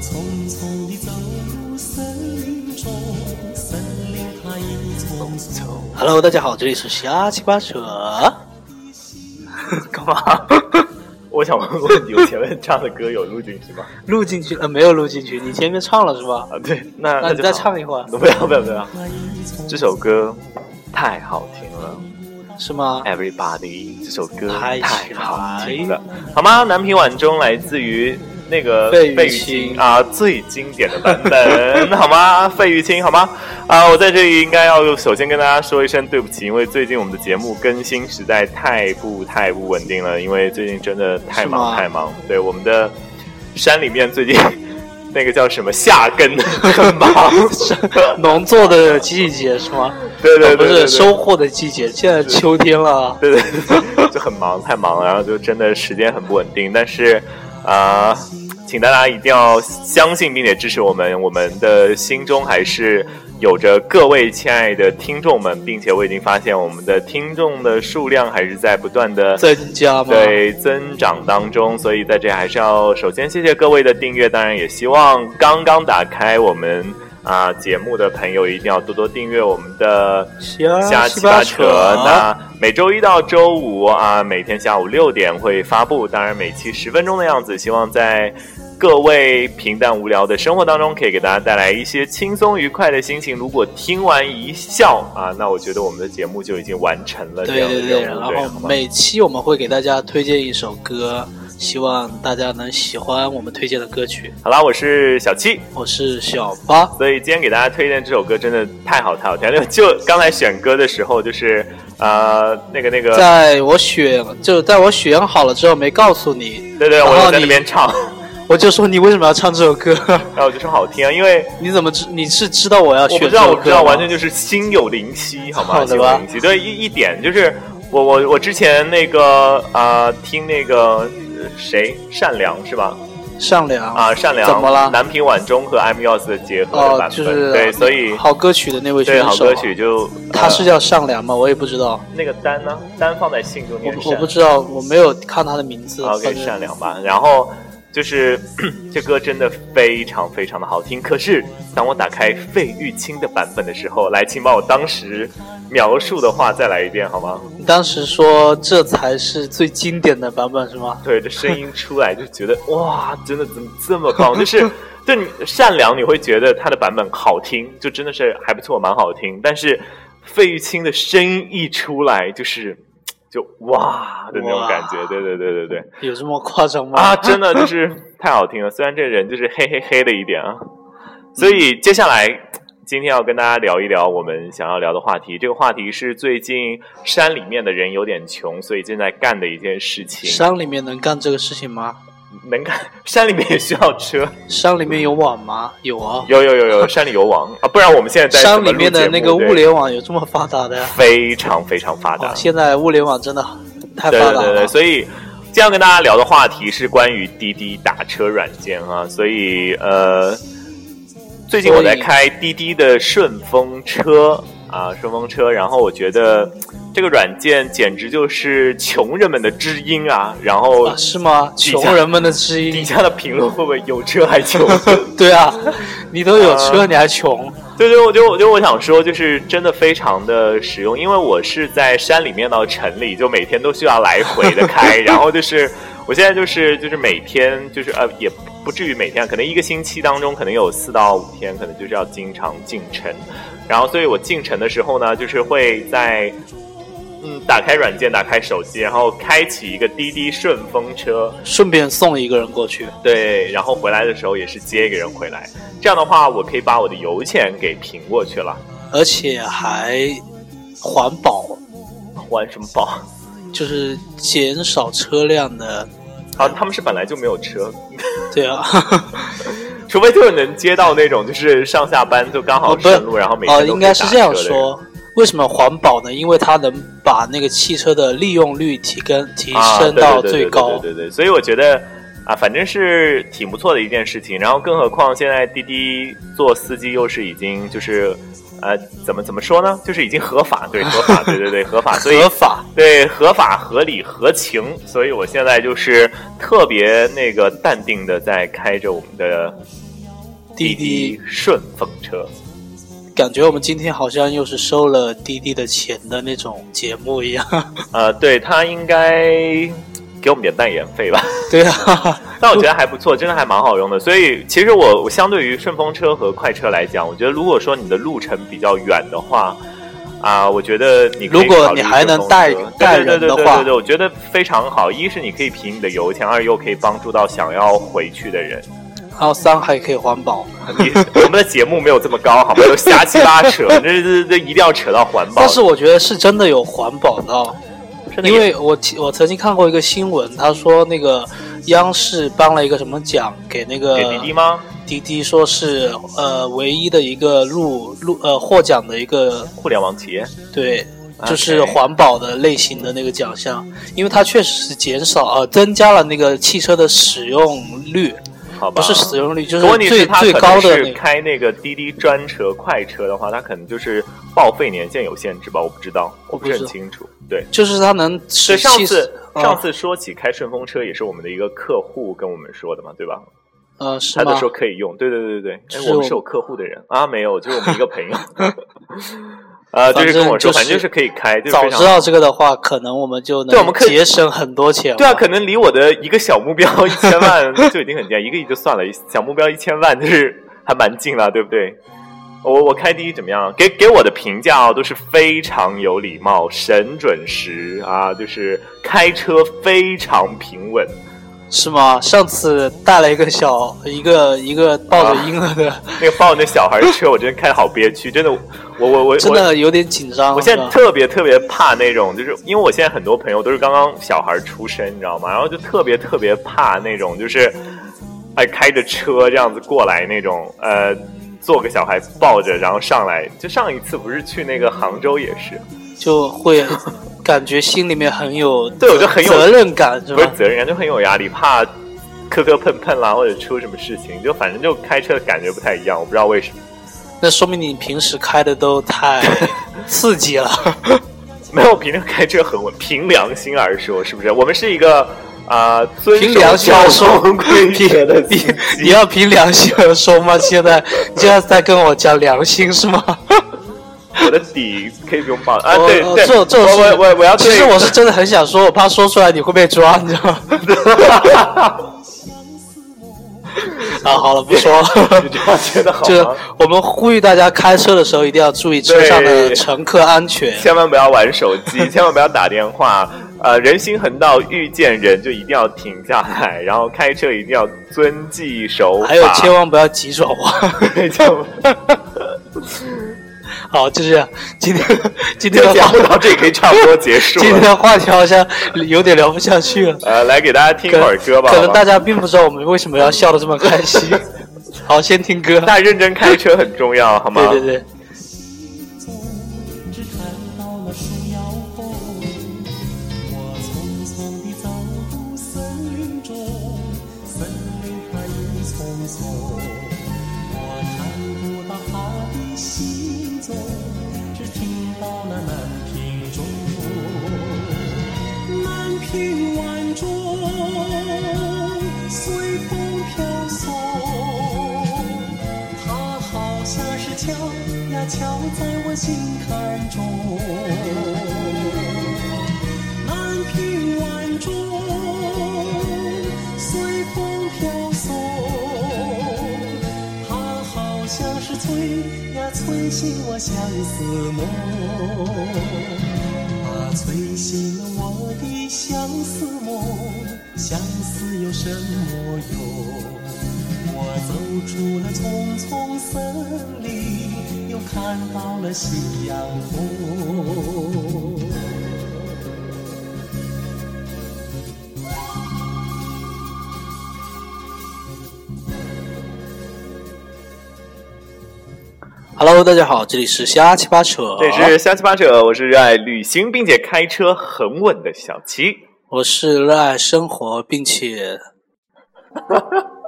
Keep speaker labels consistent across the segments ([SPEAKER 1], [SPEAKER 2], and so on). [SPEAKER 1] 匆地走入森林中，森林它一丛丛。
[SPEAKER 2] Hello，大家好，这里是瞎七八扯。 干嘛？
[SPEAKER 3] 我想问问你，我前面唱的歌有录进去吗？
[SPEAKER 2] 录进去了、呃没有录进去？你前面唱了是吧？
[SPEAKER 3] 啊，对，那
[SPEAKER 2] 那
[SPEAKER 3] 那
[SPEAKER 2] 你
[SPEAKER 3] 就
[SPEAKER 2] 再
[SPEAKER 3] 好
[SPEAKER 2] 唱一会儿
[SPEAKER 3] 不要不要不要，这首歌太好听了
[SPEAKER 2] 是吗？
[SPEAKER 3] 哎，Everybody 这首歌
[SPEAKER 2] 太
[SPEAKER 3] 太
[SPEAKER 2] 喜欢
[SPEAKER 3] 好听了，好吗？南屏晚钟来自于那个
[SPEAKER 2] 费玉
[SPEAKER 3] 费玉
[SPEAKER 2] 清
[SPEAKER 3] 清啊，最经典的版 本，好吗？费玉清好吗？啊，我在这里应该要首先跟大家说一声对不起，因为最近我们的节目更新实在太不太不稳定了，因为最近真的太
[SPEAKER 2] 是吗
[SPEAKER 3] 忙太忙，对我们的山里面最近那个叫什么夏 耕很忙。
[SPEAKER 2] 农作的季节是吗？
[SPEAKER 3] 对对对对
[SPEAKER 2] 不
[SPEAKER 3] 对
[SPEAKER 2] 是收获的季节，现在秋天了。
[SPEAKER 3] 对对对，就很忙，太忙了，然后就真的时间很不稳定。但是，啊、请大家一定要相信并且支持我们，我们的心中还是有着各位亲爱的听众们，并且我已经发现我们的听众的数量还是在不断的
[SPEAKER 2] 增加吗？，
[SPEAKER 3] 对增长当中，所以在这还是要首先谢谢各位的订阅，当然也希望刚刚打开我们啊、节目的朋友一定要多多订阅我们的
[SPEAKER 2] 瞎
[SPEAKER 3] 瞎
[SPEAKER 2] 七
[SPEAKER 3] 七
[SPEAKER 2] 八
[SPEAKER 3] 八
[SPEAKER 2] 扯
[SPEAKER 3] 扯。那每周一到周五啊，每天下午六点会发布，当然每期十分钟的样子，希望在。各位平淡无聊的生活当中，可以给大家带来一些轻松愉快的心情。如果听完一笑啊，那我觉得我们的节目就已经完成了这
[SPEAKER 2] 对
[SPEAKER 3] 样的
[SPEAKER 2] 对对，
[SPEAKER 3] 任务。
[SPEAKER 2] 然
[SPEAKER 3] 对
[SPEAKER 2] 后
[SPEAKER 3] 好吗
[SPEAKER 2] 每期我们会给大家推荐一首歌，希望大家能喜欢我们推荐的歌曲。
[SPEAKER 3] 好啦，我是小七，
[SPEAKER 2] 我是小八，
[SPEAKER 3] 所以今天给大家推荐这首歌真的太好太好听了。就刚才选歌的时候，就是呃那个那个，
[SPEAKER 2] 在我选就在我选好了之后没告诉你，
[SPEAKER 3] 对对，
[SPEAKER 2] 然后
[SPEAKER 3] 我就在
[SPEAKER 2] 你
[SPEAKER 3] 那边唱，
[SPEAKER 2] 我就说你为什么要唱这首歌？
[SPEAKER 3] 然后我就说好听啊，因为
[SPEAKER 2] 你怎么知你是知道我要
[SPEAKER 3] 我
[SPEAKER 2] 选
[SPEAKER 3] 不
[SPEAKER 2] 这
[SPEAKER 3] 知道
[SPEAKER 2] 首
[SPEAKER 3] 我不知
[SPEAKER 2] 歌
[SPEAKER 3] 道，
[SPEAKER 2] 吗
[SPEAKER 3] 完全就是心有灵犀，好
[SPEAKER 2] 好
[SPEAKER 3] 吗？
[SPEAKER 2] 的
[SPEAKER 3] 心有
[SPEAKER 2] 吧
[SPEAKER 3] 灵犀，对一一点就是我我我之前那个啊、呃听那个呃谁善良是吧？
[SPEAKER 2] 善良
[SPEAKER 3] 啊、善良
[SPEAKER 2] 哦怎么了？
[SPEAKER 3] 南屏晚钟和 M Yos 的结合的
[SPEAKER 2] 哦
[SPEAKER 3] 版，
[SPEAKER 2] 就
[SPEAKER 3] 本，
[SPEAKER 2] 是
[SPEAKER 3] 对，所以
[SPEAKER 2] 好歌曲的那位选
[SPEAKER 3] 对
[SPEAKER 2] 手啊，
[SPEAKER 3] 好歌曲就
[SPEAKER 2] 他
[SPEAKER 3] 呃
[SPEAKER 2] 是叫善良吗？我也不知道，
[SPEAKER 3] 那个单呢，单放在信中
[SPEAKER 2] 我
[SPEAKER 3] 念
[SPEAKER 2] 不
[SPEAKER 3] 善
[SPEAKER 2] 我不知道，我没有看他的名字。
[SPEAKER 3] 啊 OK，
[SPEAKER 2] 反正
[SPEAKER 3] 善良吧。然后就是 这歌真的非常非常的好听。可是当我打开费玉清的版本的时候，来，请把我当时描述的话再来一遍好吗？
[SPEAKER 2] 你当时说这才是最经典的版本是吗？
[SPEAKER 3] 对，这声音出来就觉得哇，真的怎么这么棒？就是对你善良，你会觉得他的版本好听，就真的是还不错，蛮好听。但是费玉清的声音一出来，就是就哇的那种感觉。
[SPEAKER 2] 哇
[SPEAKER 3] 对对对对对。
[SPEAKER 2] 有这么夸张吗？
[SPEAKER 3] 啊，真的就是太好听了。虽然这人就是黑黑黑的一点啊，所
[SPEAKER 2] 嗯
[SPEAKER 3] 以接下来今天要跟大家聊一聊我们想要聊的话题。这个话题是最近山里面的人有点穷，所以正在干的一件事情。
[SPEAKER 2] 山里面能干这个事情吗？
[SPEAKER 3] 能干，山里面也需要车，
[SPEAKER 2] 山里面有网吗？有啊，
[SPEAKER 3] 有有有有，山里有网啊，不然我们现在在
[SPEAKER 2] 山
[SPEAKER 3] 怎么
[SPEAKER 2] 里面的
[SPEAKER 3] 录节目
[SPEAKER 2] 那个
[SPEAKER 3] 对
[SPEAKER 2] 物联网有这么发达的呀？
[SPEAKER 3] 非常非常发达
[SPEAKER 2] 哇，，现在物联网真的太
[SPEAKER 3] 对
[SPEAKER 2] 发
[SPEAKER 3] 对
[SPEAKER 2] 达
[SPEAKER 3] 对对，
[SPEAKER 2] 了。
[SPEAKER 3] 所以今天要跟大家聊的话题是关于滴滴打车软件啊，所以呃，最近我在开滴滴的顺风车啊，顺风车，然后我觉得这个软件简直就是穷人们的知音啊，然后
[SPEAKER 2] 啊，是吗？
[SPEAKER 3] 底
[SPEAKER 2] 穷
[SPEAKER 3] 下
[SPEAKER 2] 人们的知
[SPEAKER 3] 底
[SPEAKER 2] 音。
[SPEAKER 3] 下的评论会不会有车还 穷？
[SPEAKER 2] 对啊，你都有车，
[SPEAKER 3] 啊
[SPEAKER 2] 你还穷？
[SPEAKER 3] 对对，我觉得，我觉得我想说，就是真的非常的实用，因为我是在山里面到城里，就每天都需要来回的开，然后就是我现在就是就是每天就是呃也不至于每天，可能一个星期当中可能有四到五天，可能就是要经常进城，然后所以我进城的时候呢，就是会在嗯打开软件，打开手机，然后开启一个滴滴顺风车，
[SPEAKER 2] 顺便送一个人过去。
[SPEAKER 3] 对，然后回来的时候也是接一个人回来，这样的话我可以把我的油钱给平过去了。
[SPEAKER 2] 而且还环保，
[SPEAKER 3] 玩什么宝？
[SPEAKER 2] 就是减少车辆的，
[SPEAKER 3] 啊，他们是本来就没有车，
[SPEAKER 2] 对啊，
[SPEAKER 3] 除非就是能接到那种就是上下班就刚好
[SPEAKER 2] 哦不是
[SPEAKER 3] 顺路，然后每
[SPEAKER 2] 哦，
[SPEAKER 3] 天都可
[SPEAKER 2] 应
[SPEAKER 3] 以打
[SPEAKER 2] 该是这样
[SPEAKER 3] 车的人。
[SPEAKER 2] 说。为什么环保呢？因为它能把那个汽车的利用率提跟提
[SPEAKER 3] 啊，对
[SPEAKER 2] 升
[SPEAKER 3] 对
[SPEAKER 2] 到
[SPEAKER 3] 对
[SPEAKER 2] 最
[SPEAKER 3] 对
[SPEAKER 2] 高。
[SPEAKER 3] 对对对对，所以我觉得啊，反正是挺不错的一件事情。然后，更何况现在滴滴做司机又是已经就是呃，怎么怎么说呢？就是已经合法， 对，合法，对对对，合法，所以
[SPEAKER 2] 合法，
[SPEAKER 3] 对，合法、合理、合情，所以我现在就是特别那个淡定的在开着我们的
[SPEAKER 2] 滴滴
[SPEAKER 3] 滴顺风车。
[SPEAKER 2] 感觉我们今天好像又是收了滴滴的钱的那种节目一样。
[SPEAKER 3] 呃，对他应该给我们点代言费吧，
[SPEAKER 2] 对啊，
[SPEAKER 3] 但我觉得还不错，真的还蛮好用的。所以其实我我相对于顺风车和快车来讲，我觉得如果说你的路程比较远的话。啊、我觉得你可以
[SPEAKER 2] 如果
[SPEAKER 3] 考虑
[SPEAKER 2] 你还能
[SPEAKER 3] 顺风车
[SPEAKER 2] 带带
[SPEAKER 3] 对对对
[SPEAKER 2] 人的
[SPEAKER 3] 对对
[SPEAKER 2] 话
[SPEAKER 3] 对对，我觉得非常好。一是你可以便宜你的油钱，二又可以帮助到想要回去的人。
[SPEAKER 2] 然后三还可以环保。
[SPEAKER 3] 你我们的节目没有这么高，好吗？都瞎七八 扯，这这这一定要扯到环保。
[SPEAKER 2] 但是我觉得是真的有环保到，
[SPEAKER 3] 真的
[SPEAKER 2] 因为我其我曾经看过一个新闻，他说那个央视颁了一个什么奖给那个
[SPEAKER 3] 给滴滴吗？
[SPEAKER 2] 滴滴说是呃唯一的一个入入呃获奖的一个
[SPEAKER 3] 互联网企业，
[SPEAKER 2] 对，
[SPEAKER 3] OK
[SPEAKER 2] 就是环保的类型的那个奖项，因为它确实是减少呃增加了那个汽车的使用率，
[SPEAKER 3] 好吧？
[SPEAKER 2] 不是使用率，就
[SPEAKER 3] 可问题
[SPEAKER 2] 是最
[SPEAKER 3] 他
[SPEAKER 2] 最
[SPEAKER 3] 可能
[SPEAKER 2] 高的
[SPEAKER 3] 是
[SPEAKER 2] 那个。
[SPEAKER 3] 开那个滴滴专车、快车的话，他可能就是报废年限有限制吧？我不知道，我不是
[SPEAKER 2] 我
[SPEAKER 3] 很
[SPEAKER 2] 不知
[SPEAKER 3] 清楚。对，
[SPEAKER 2] 就是它能
[SPEAKER 3] 所
[SPEAKER 2] 使
[SPEAKER 3] 以上
[SPEAKER 2] 汽
[SPEAKER 3] 次
[SPEAKER 2] 嗯
[SPEAKER 3] 上次说起开顺风车，也是我们的一个客户跟我们说的嘛，对吧？
[SPEAKER 2] 呃是
[SPEAKER 3] 他就
[SPEAKER 2] 吗？
[SPEAKER 3] 说可以用，对对对对对。
[SPEAKER 2] 是
[SPEAKER 3] 哎，我
[SPEAKER 2] 我
[SPEAKER 3] 们是有客户的人啊，没有，就是我们一个朋 友。 呃，就是跟我说，
[SPEAKER 2] 反正
[SPEAKER 3] 反正就
[SPEAKER 2] 就是
[SPEAKER 3] 是可以开，就是
[SPEAKER 2] 早
[SPEAKER 3] 非常
[SPEAKER 2] 知道这个的话，可能我们就
[SPEAKER 3] 对我们
[SPEAKER 2] 能
[SPEAKER 3] 可以
[SPEAKER 2] 节省很多钱了。
[SPEAKER 3] 对啊，可能离我的一个小目标 一千万就已经很近，一个亿就算了，小目标一千万 就是还蛮近了，对不对？我我开第一怎么样？给给我的评价啊、都是非常有礼貌、神准时啊，就是开车非常平稳。
[SPEAKER 2] 是吗？上次带了一个小一个一个抱着婴儿的，
[SPEAKER 3] 那个抱着那小孩车，我真的开的好憋屈，真的，我我我
[SPEAKER 2] 真
[SPEAKER 3] 我
[SPEAKER 2] 的有点紧张。
[SPEAKER 3] 我现在
[SPEAKER 2] 是吧
[SPEAKER 3] 特别特别怕那种，就是因为我现在很多朋友都是刚刚小孩出生，你知道吗？然后就特别特别怕那种，就是哎开着车这样子过来那种，呃，坐个小孩抱着然后上来。就上一次不是去那个杭州也是，
[SPEAKER 2] 就会感觉心里面很有
[SPEAKER 3] 对我就很有
[SPEAKER 2] 责任感，是
[SPEAKER 3] 不是
[SPEAKER 2] 吧？
[SPEAKER 3] 责任感，就很有压力，怕磕磕碰碰啦，或者出什么事情，就反正就开车的感觉不太一样，我不知道为什么。
[SPEAKER 2] 那说明你平时开的 都太刺激了。
[SPEAKER 3] 没有，平常开车很稳，凭良心而说，是不是？我们是一个啊、呃遵
[SPEAKER 2] 凭
[SPEAKER 3] 守
[SPEAKER 2] 良心而
[SPEAKER 3] 交
[SPEAKER 2] 说
[SPEAKER 3] 通规则的司
[SPEAKER 2] 你
[SPEAKER 3] 机。
[SPEAKER 2] 你要凭良心而说吗？现在你现在在跟我讲良心是吗？
[SPEAKER 3] 我的底可以不用报啊！
[SPEAKER 2] 我
[SPEAKER 3] 对
[SPEAKER 2] 我
[SPEAKER 3] 对，
[SPEAKER 2] 这种这种
[SPEAKER 3] 我我我我要
[SPEAKER 2] 其
[SPEAKER 3] 对
[SPEAKER 2] 实我是真的很想说，我怕说出来你会被抓，你知道吗？ 啊，好了，不说 了。
[SPEAKER 3] 你这样觉得好
[SPEAKER 2] 就是
[SPEAKER 3] 吗？
[SPEAKER 2] 我们呼吁大家开车的时候一定要注意车上的乘客安全。
[SPEAKER 3] 千万不要玩手机， 千万不要打电话。呃，人行横道遇见人就一定要停下来，然后开车一定要遵纪守法。
[SPEAKER 2] 还有，千万不要急转弯。
[SPEAKER 3] 万就
[SPEAKER 2] 好，就这样。今天今 天
[SPEAKER 3] 就
[SPEAKER 2] 的
[SPEAKER 3] 讲
[SPEAKER 2] 话
[SPEAKER 3] 不，到这可以差不多结束
[SPEAKER 2] 今天
[SPEAKER 3] 了。
[SPEAKER 2] 的话题好像有点聊不下去 了。
[SPEAKER 3] 呃，来给大家听
[SPEAKER 2] 可
[SPEAKER 3] 会儿歌吧。
[SPEAKER 2] 可
[SPEAKER 3] 好
[SPEAKER 2] 能
[SPEAKER 3] 吧
[SPEAKER 2] 大家并不知道我们为什么要笑得这么开心。 好，先听 歌。
[SPEAKER 3] 大家认真开车很重要，好吗？
[SPEAKER 2] 对对对，
[SPEAKER 1] 中，只看到了树摇风。我匆匆地走入森林中，森林它郁葱葱。我看不到他的行踪，只听到了南屏钟，南屏晚钟随风飘送。它好像是敲呀敲在我心坎中。南屏晚钟随风飘送，它好像是催呀催醒我相思梦，啊，催醒了我的相思梦，相思有什么用？我走出了丛丛森林，又看到了夕阳红。
[SPEAKER 2] Hello，大家好，这里是瞎七八扯，
[SPEAKER 3] 这是瞎七八扯，我是热爱旅行并且开车很稳的小七。
[SPEAKER 2] 我是热爱生活并且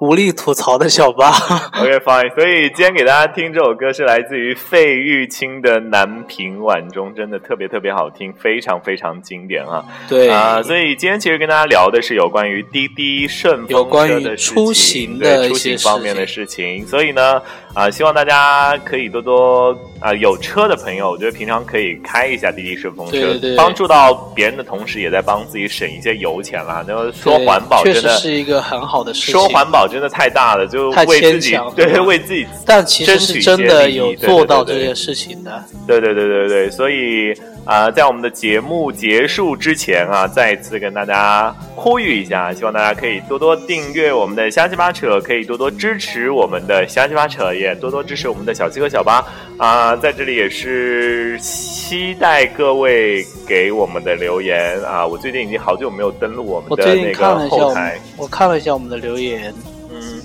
[SPEAKER 2] 无力吐槽的小八。
[SPEAKER 3] OK fine，所以今天给大家听这首歌是来自于费玉清的《南屏晚钟》，真的特别特别好听，非常非常经典啊！
[SPEAKER 2] 对
[SPEAKER 3] 啊、所以今天其实跟大家聊的是有关于滴滴顺风
[SPEAKER 2] 有关于
[SPEAKER 3] 车的事
[SPEAKER 2] 出
[SPEAKER 3] 情
[SPEAKER 2] 行
[SPEAKER 3] 对
[SPEAKER 2] 的一
[SPEAKER 3] 出
[SPEAKER 2] 些
[SPEAKER 3] 行
[SPEAKER 2] 事
[SPEAKER 3] 方面的
[SPEAKER 2] 情
[SPEAKER 3] 事情。所以呢，啊、希望大家可以多多啊、有车的朋友，我觉得平常可以开一下滴滴顺风车，
[SPEAKER 2] 对对对
[SPEAKER 3] 帮助到别人的同时，也在帮自己省一些油钱啦。那么说
[SPEAKER 2] 对
[SPEAKER 3] 环保
[SPEAKER 2] 确
[SPEAKER 3] 真
[SPEAKER 2] 实
[SPEAKER 3] 的。
[SPEAKER 2] 是一个很好的事情。
[SPEAKER 3] 说环保真的太大了，就
[SPEAKER 2] 太
[SPEAKER 3] 为自
[SPEAKER 2] 牵
[SPEAKER 3] 己
[SPEAKER 2] 强
[SPEAKER 3] 对
[SPEAKER 2] 对吧
[SPEAKER 3] 为自己
[SPEAKER 2] 但其实是真的有做到这
[SPEAKER 3] 些。对对对对
[SPEAKER 2] 件事情的。
[SPEAKER 3] 对对对对对，所以啊、在我们的节目结束之前啊，再一次跟大家呼吁一下，希望大家可以多多订阅我们的瞎鸡巴扯，可以多多支持我们的瞎鸡巴扯，也多多支持我们的小七和小八啊、在这里也是期待各位给我们的留言啊、我最近已经好久没有登录我们
[SPEAKER 2] 我
[SPEAKER 3] 的
[SPEAKER 2] 最
[SPEAKER 3] 那
[SPEAKER 2] 近看了
[SPEAKER 3] 个
[SPEAKER 2] 一下
[SPEAKER 3] 后
[SPEAKER 2] 我
[SPEAKER 3] 台
[SPEAKER 2] 们，，我看了一下我们的留言，
[SPEAKER 3] 嗯，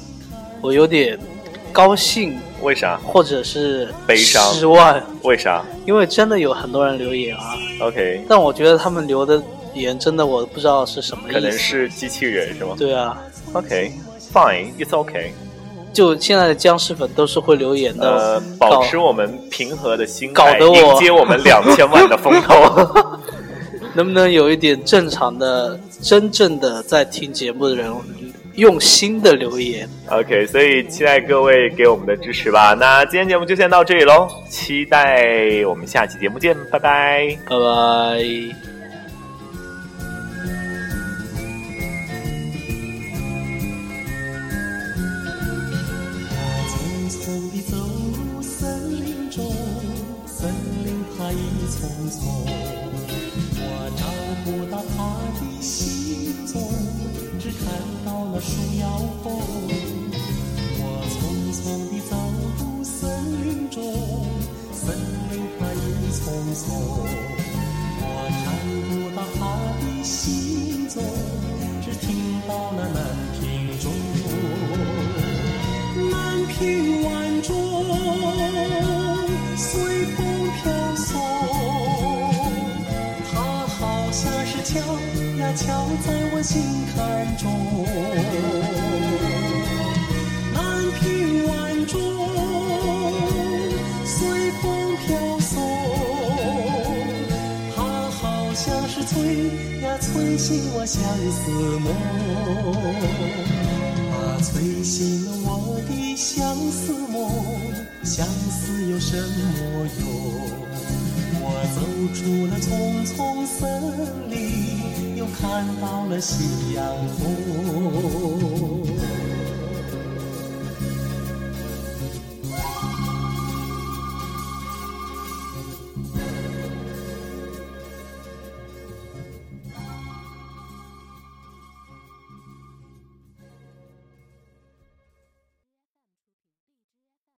[SPEAKER 2] 我有点高兴，
[SPEAKER 3] 为啥？
[SPEAKER 2] 或者是
[SPEAKER 3] 悲伤
[SPEAKER 2] 失望，
[SPEAKER 3] 为啥
[SPEAKER 2] 因为真的有很多人留言啊，
[SPEAKER 3] ？OK，
[SPEAKER 2] 但我觉得他们留的言真的我不知道是什么
[SPEAKER 3] 可能
[SPEAKER 2] 意思。
[SPEAKER 3] 是机器人是吗
[SPEAKER 2] 对啊，
[SPEAKER 3] ？OK，fine，it's OK。
[SPEAKER 2] 就现在的僵尸粉都是会留言的。
[SPEAKER 3] 呃，保持我们平和的心态，
[SPEAKER 2] 嗯搞得我
[SPEAKER 3] 迎接我们两千万的风头。
[SPEAKER 2] 能不能有一点正常的、真正的在听节目的人用心的留言？
[SPEAKER 3] OK，所以期待各位给我们的支持吧。那今天节目就先到这里喽，期待我们下期节目见，拜拜。
[SPEAKER 2] 拜拜。
[SPEAKER 1] 匆匆地走入森林中，森林它一丛丛，我找不到它的行踪，只看到了树摇风。我匆匆地走入森林中，森林它一丛丛，我找不到它的行踪，只听到了南屏钟。南屏晚钟随风飘送，它好像是敲呀敲在我心坎中。南屏晚钟随风飘送，它好像是催呀催醒我相思梦。它催醒了我的相思梦，相思有什么用？我走出了丛丛森林，又看到了夕阳红。